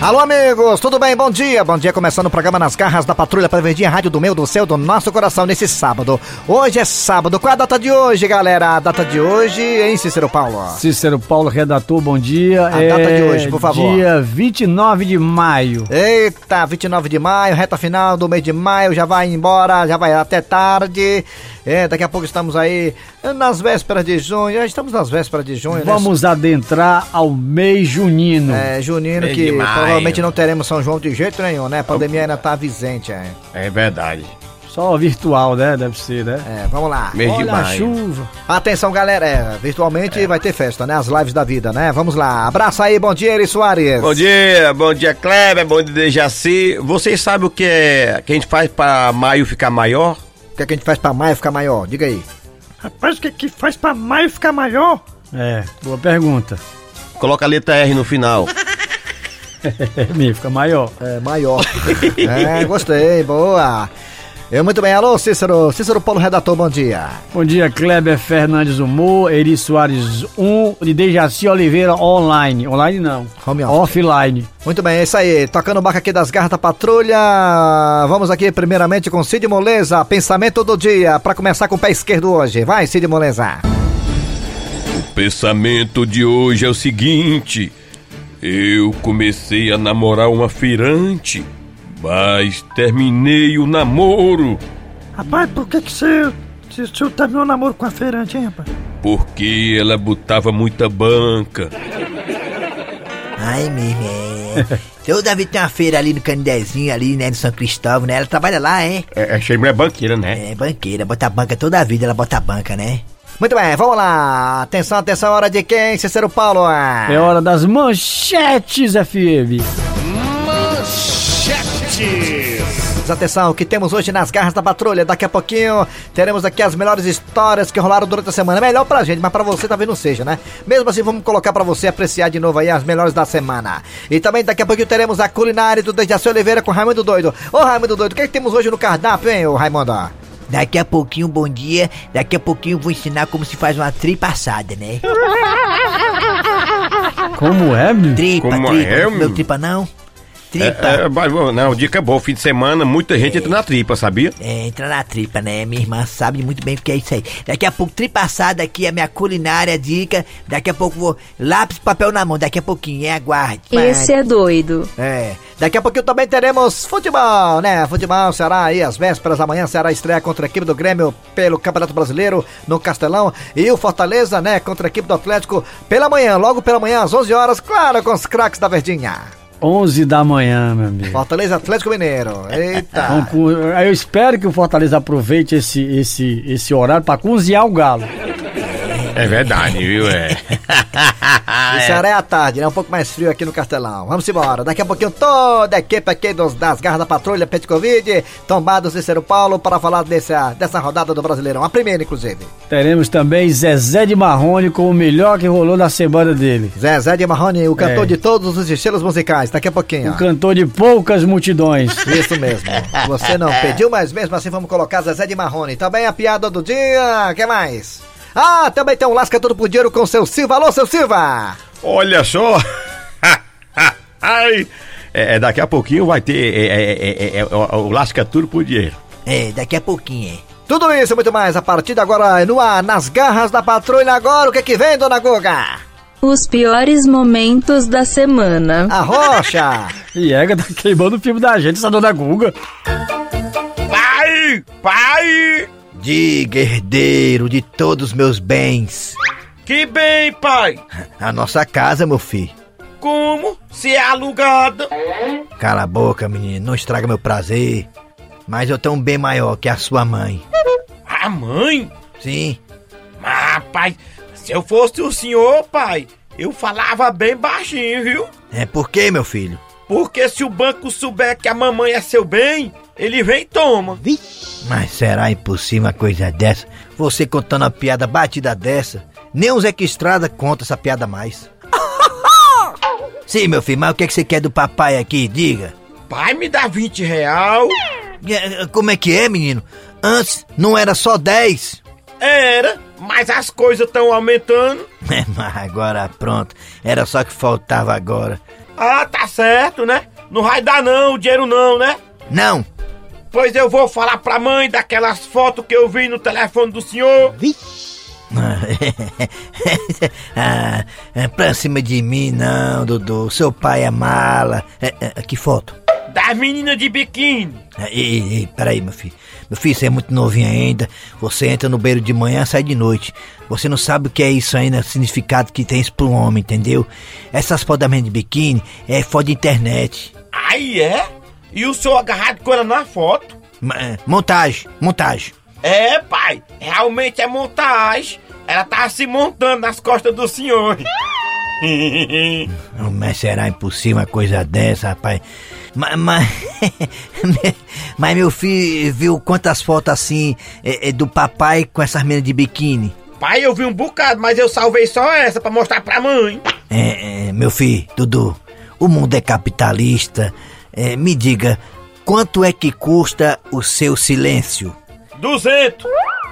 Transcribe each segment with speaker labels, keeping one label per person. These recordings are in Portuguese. Speaker 1: Alô, amigos, tudo bem? Bom dia. Bom dia, começando o programa Nas Garras da Patrulha para Verdinha Rádio do Meu, do Céu, do Nosso Coração, nesse sábado. Hoje é sábado. Qual é a data de hoje, galera? A data de hoje, hein, Cícero Paulo?
Speaker 2: Cícero Paulo, redator, bom dia. É
Speaker 1: A data de hoje, por favor. É,
Speaker 2: Dia 29 de maio.
Speaker 1: Eita, 29 de maio, reta final do mês de maio, já vai embora, já vai até tarde. É, daqui a pouco estamos aí nas vésperas de junho. Já estamos nas vésperas de junho, né?
Speaker 2: Vamos adentrar ao mês junino.
Speaker 1: É, Junino,
Speaker 3: Mês
Speaker 1: que
Speaker 3: de maio.
Speaker 1: provavelmente não teremos São João de jeito nenhum, né? A pandemia ainda tá avisente, é.
Speaker 3: É verdade.
Speaker 2: Só virtual, né? Deve ser, né?
Speaker 1: É, vamos lá.
Speaker 3: Mês de
Speaker 2: Olha a
Speaker 3: maio.
Speaker 2: chuva.
Speaker 1: Atenção, galera. É, virtualmente vai ter festa, né? As lives da vida, né? Vamos lá. Abraço aí, bom dia, Eri Soares.
Speaker 3: Bom dia, bom dia Kleber, bom dia Jaci. Vocês sabem o que é que a gente faz pra maio ficar maior?
Speaker 1: O que, é que a gente faz pra maio ficar maior? Diga aí.
Speaker 4: Rapaz, o que, que faz pra maio ficar maior?
Speaker 2: É, boa pergunta.
Speaker 3: Coloca a letra R no final.
Speaker 2: Me é fica maior.
Speaker 1: É, maior. é, gostei, boa. Eu muito bem. Alô, Cícero. Cícero Paulo Redator, bom dia.
Speaker 2: Bom dia, Kleber Fernandes Humor, Eri Soares 1 e Dejaci Oliveira online. Online não.
Speaker 1: Home office.
Speaker 2: Offline.
Speaker 1: Muito bem, é isso aí. Tocando o barco aqui das garras da patrulha. Vamos aqui primeiramente com Cid Moleza, pensamento do dia, pra começar com o pé esquerdo hoje. Vai, Cid Moleza.
Speaker 5: O pensamento de hoje é o seguinte: eu comecei a namorar uma firante, mas terminei o namoro
Speaker 4: Rapaz, por que que você... Se, se eu terminou o namoro com a feirante, hein, rapaz?
Speaker 5: porque ela botava muita banca.
Speaker 6: Ai, meu irmão. Então, Eu deve ter uma feira ali no Candezinho, ali, né, no São Cristóvão, né? Ela trabalha lá, hein?
Speaker 3: É, é cheio é banqueira, né?
Speaker 6: É, banqueira, bota a banca toda a vida, ela bota a banca, né?
Speaker 1: Muito bem, vamos lá. Atenção, atenção, hora de quem, Cícero Paulo?
Speaker 2: É hora das manchetes, FM.
Speaker 1: Mas Atenção, o que temos hoje nas garras da patrulha? Daqui a pouquinho teremos aqui as melhores histórias que rolaram durante a semana. Melhor pra gente, mas pra você talvez não seja, né? Mesmo assim, vamos colocar pra você apreciar de novo aí as melhores da semana. E também daqui a pouquinho teremos a culinária do Dejaci Oliveira com Raimundo Doido. Ô Raimundo Doido, o que, é que temos hoje no cardápio, hein, ô Raimundo?
Speaker 6: Daqui a pouquinho, bom dia. Daqui a pouquinho eu vou ensinar como se faz uma tripassada, né?
Speaker 2: Como é, meu?
Speaker 6: Tripa,
Speaker 3: Como
Speaker 6: tripa.
Speaker 3: é,
Speaker 6: não comeu
Speaker 3: meu?
Speaker 6: tripa, não? Tripa.
Speaker 3: É, é, mas, bom, não, dica boa, fim de semana, muita gente entra na tripa, sabia?
Speaker 6: É, entra na tripa, né? Minha irmã sabe muito bem o que é isso aí. Daqui a pouco, tripassada aqui, a minha culinária, dica. Daqui a pouco vou. Lápis, papel na mão, daqui a pouquinho, hein? Aguarde.
Speaker 7: Esse é doido.
Speaker 1: É, daqui a pouquinho também teremos futebol, né? Futebol, Ceará aí, às vésperas, amanhã Ceará estreia contra a equipe do Grêmio pelo Campeonato Brasileiro no Castelão e o Fortaleza, né, contra a equipe do Atlético pela manhã, logo pela manhã, às 11 horas, claro, com os craques da Verdinha.
Speaker 2: 11 da manhã, meu amigo.
Speaker 1: Fortaleza Atlético Mineiro,
Speaker 2: Vamos
Speaker 1: eita.
Speaker 2: cu- Eu espero que o Fortaleza aproveite esse, esse, esse horário pra cozinhar o galo.
Speaker 3: É verdade, viu? É.
Speaker 1: E Ceará é à tarde, né? Um pouco mais frio aqui no Castelão. Vamos embora. Daqui a pouquinho toda a equipe aqui dos, das Garras da Patrulha, Pet Covid, tombados e Cícero Paulo para falar dessa, dessa rodada do Brasileirão. A primeira, inclusive.
Speaker 2: Teremos também Zezé de Marrone com o melhor que rolou na semana dele.
Speaker 1: Zezé de Marrone, o cantor
Speaker 2: É.
Speaker 1: de todos os estilos musicais, daqui a pouquinho.
Speaker 2: Um cantor de poucas multidões.
Speaker 1: Isso mesmo. Você não pediu, mas mesmo assim vamos colocar Zezé de Marrone. Também a piada do dia. que mais? Ah, também tem um Lasca Tudo por Dinheiro com o seu Silva. Alô, seu Silva!
Speaker 3: Olha só! Ai! É, é, daqui a pouquinho vai ter é, é, é, é, é, o, o Lasca Tudo por Dinheiro.
Speaker 6: É, daqui a pouquinho, hein?
Speaker 1: Tudo isso e muito mais a partir de agora no ar, nas garras da patrulha. Agora o que que vem, dona Guga?
Speaker 7: Os piores momentos da semana.
Speaker 1: A rocha!
Speaker 2: E Ega tá queimando o filme da gente, essa dona Guga.
Speaker 3: Pai! Pai!
Speaker 6: Diga, herdeiro de todos os meus bens.
Speaker 3: Que bem, pai!
Speaker 6: A nossa casa, meu filho.
Speaker 3: Como? Se é alugada!
Speaker 6: Cala a boca, menino, não estraga meu prazer. Mas eu tenho um bem maior que a sua mãe.
Speaker 8: Ah, mãe?
Speaker 6: Sim,
Speaker 8: Ah, pai, se eu fosse o senhor, pai, eu falava bem baixinho, viu?
Speaker 6: é por quê, meu filho?
Speaker 8: Porque se o banco souber que a mamãe é seu bem, ele vem e toma.
Speaker 6: Mas será impossível uma coisa dessa? Você contando uma piada batida dessa? Nem o Zeca Estrada conta essa piada mais. Sim, meu filho, mas o que, é que você quer do papai aqui? Diga.
Speaker 8: Pai, me dá 20 real.
Speaker 6: É, é, Como é que é, menino? Antes não era só 10.
Speaker 8: Era, mas as coisas estão aumentando.
Speaker 6: É, mas agora pronto. Era só que faltava agora.
Speaker 8: Ah, tá certo, né? Não vai dar não, o dinheiro não, né?
Speaker 6: Não!
Speaker 8: Pois eu vou falar pra mãe daquelas fotos que eu vi no telefone do senhor.
Speaker 6: ah, é pra cima de mim não, Dudu. Seu pai é mala. É, é, que foto?
Speaker 8: Das meninas de biquíni.
Speaker 6: É, Ei, ei, peraí, meu filho. Meu filho, você é muito novinho ainda. Você entra no beiro de manhã, sai de noite. Você não sabe o que é isso ainda, o significado que tem isso pra um homem, entendeu? Essas fotos de biquíni é foto de internet.
Speaker 8: Aí é? E o senhor agarrado com ela na foto?
Speaker 6: Ma- é, montagem, montagem.
Speaker 8: É, pai, realmente é montagem. Ela tá se montando nas costas do senhor.
Speaker 6: Não, Mas será impossível uma coisa dessa, rapaz? Mas, mas, mas meu filho viu quantas fotos assim é, é, do papai com essas meninas de biquíni?
Speaker 8: Pai, eu vi um bocado, mas eu salvei só essa pra mostrar pra mãe.
Speaker 6: É, é, meu filho, Dudu, o mundo é capitalista. É, me diga, quanto é que custa o seu silêncio?
Speaker 8: 200.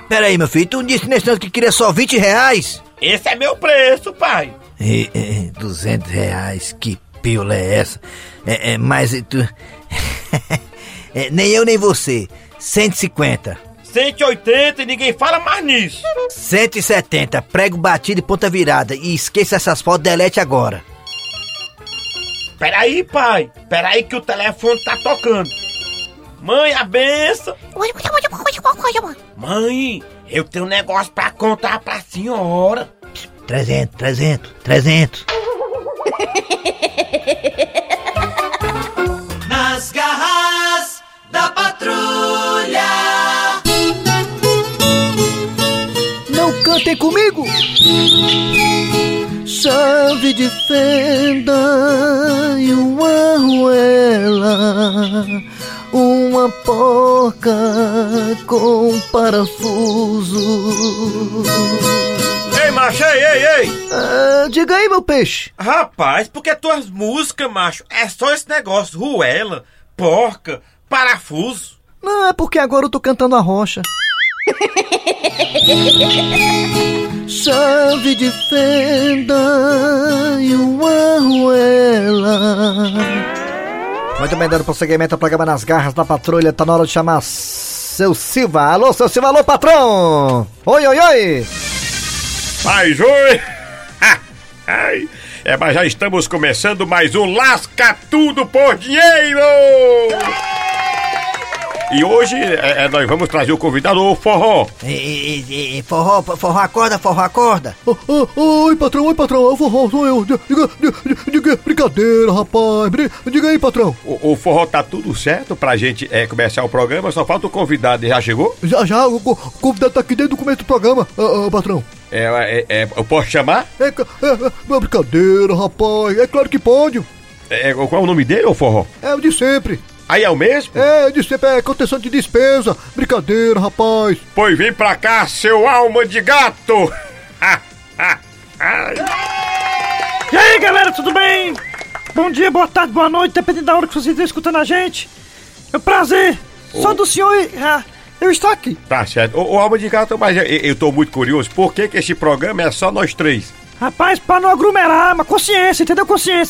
Speaker 6: Peraí, meu filho, tu não disse nesse ano que queria só 20 reais?
Speaker 8: Esse é meu preço, pai.
Speaker 6: É, é, 200 reais, que piola é essa? É, é, mas e tu... É, nem eu nem você, 150.
Speaker 8: 180 e ninguém fala mais nisso.
Speaker 6: 170, prego batido e ponta virada. E esqueça essas fotos, delete agora.
Speaker 8: Peraí, pai. Peraí que o telefone tá tocando. Mãe, a benção. Mãe, eu tenho um negócio pra contar pra senhora.
Speaker 6: 300, 300, 300.
Speaker 9: Nas garras da patrulha.
Speaker 4: Não cantem comigo! Chave de fenda e uma arruela, uma porca com parafuso.
Speaker 8: Ei, macho, ei, ei, ei.
Speaker 4: Ah, diga aí, meu peixe.
Speaker 8: Rapaz, porque tuas músicas, macho, é só esse negócio. Ruela, porca, parafuso.
Speaker 4: Não, é porque agora eu tô cantando a rocha. Chave de fenda e
Speaker 1: um
Speaker 4: uma arruela.
Speaker 1: Muito bem, dando prosseguimento ao programa Nas Garras da Patrulha, tá na hora de chamar seu Silva. Alô, seu Silva, alô, patrão! Oi, oi, oi!
Speaker 5: Mas oi! Ai, é, mas já estamos começando mais um Lasca Tudo por Dinheiro! E hoje é, é, nós vamos trazer o convidado o forró.
Speaker 6: E, e- e- e- forró, forró acorda, forró acorda.
Speaker 4: Oh, oh, oh, oi, patrão, oi, patrão, eu vou, sou eu. Diga, diga, diga, brincadeira, rapaz. Bri- Diga aí, patrão.
Speaker 5: O, o forró tá tudo certo pra gente é, começar o programa, só falta o convidado, ele já chegou?
Speaker 4: Já, já, o co- o convidado tá aqui desde o começo do programa, ah, ah, patrão.
Speaker 5: É, é, é, eu posso chamar?
Speaker 4: É, ca- é, é, uma brincadeira, rapaz. É claro que pode.
Speaker 5: É, é, qual é o nome dele, o forró?
Speaker 4: É o de sempre.
Speaker 5: Aí é o mesmo?
Speaker 4: É, de sempre é contenção de despesa. Brincadeira, rapaz.
Speaker 5: Pois vem pra cá, seu alma de gato! Ha, ha, ha.
Speaker 4: E aí, galera, tudo bem? Bom dia, boa tarde, boa noite, dependendo da hora que vocês estão escutando a gente. É um prazer. Só do senhor ah, eu estou aqui.
Speaker 5: Tá certo. Ô, ô, alma de gato, mas eu, eu tô muito curioso, por que, que esse programa é só nós três?
Speaker 4: Rapaz, pra não aglomerar, mas consciência, entendeu? Consciência,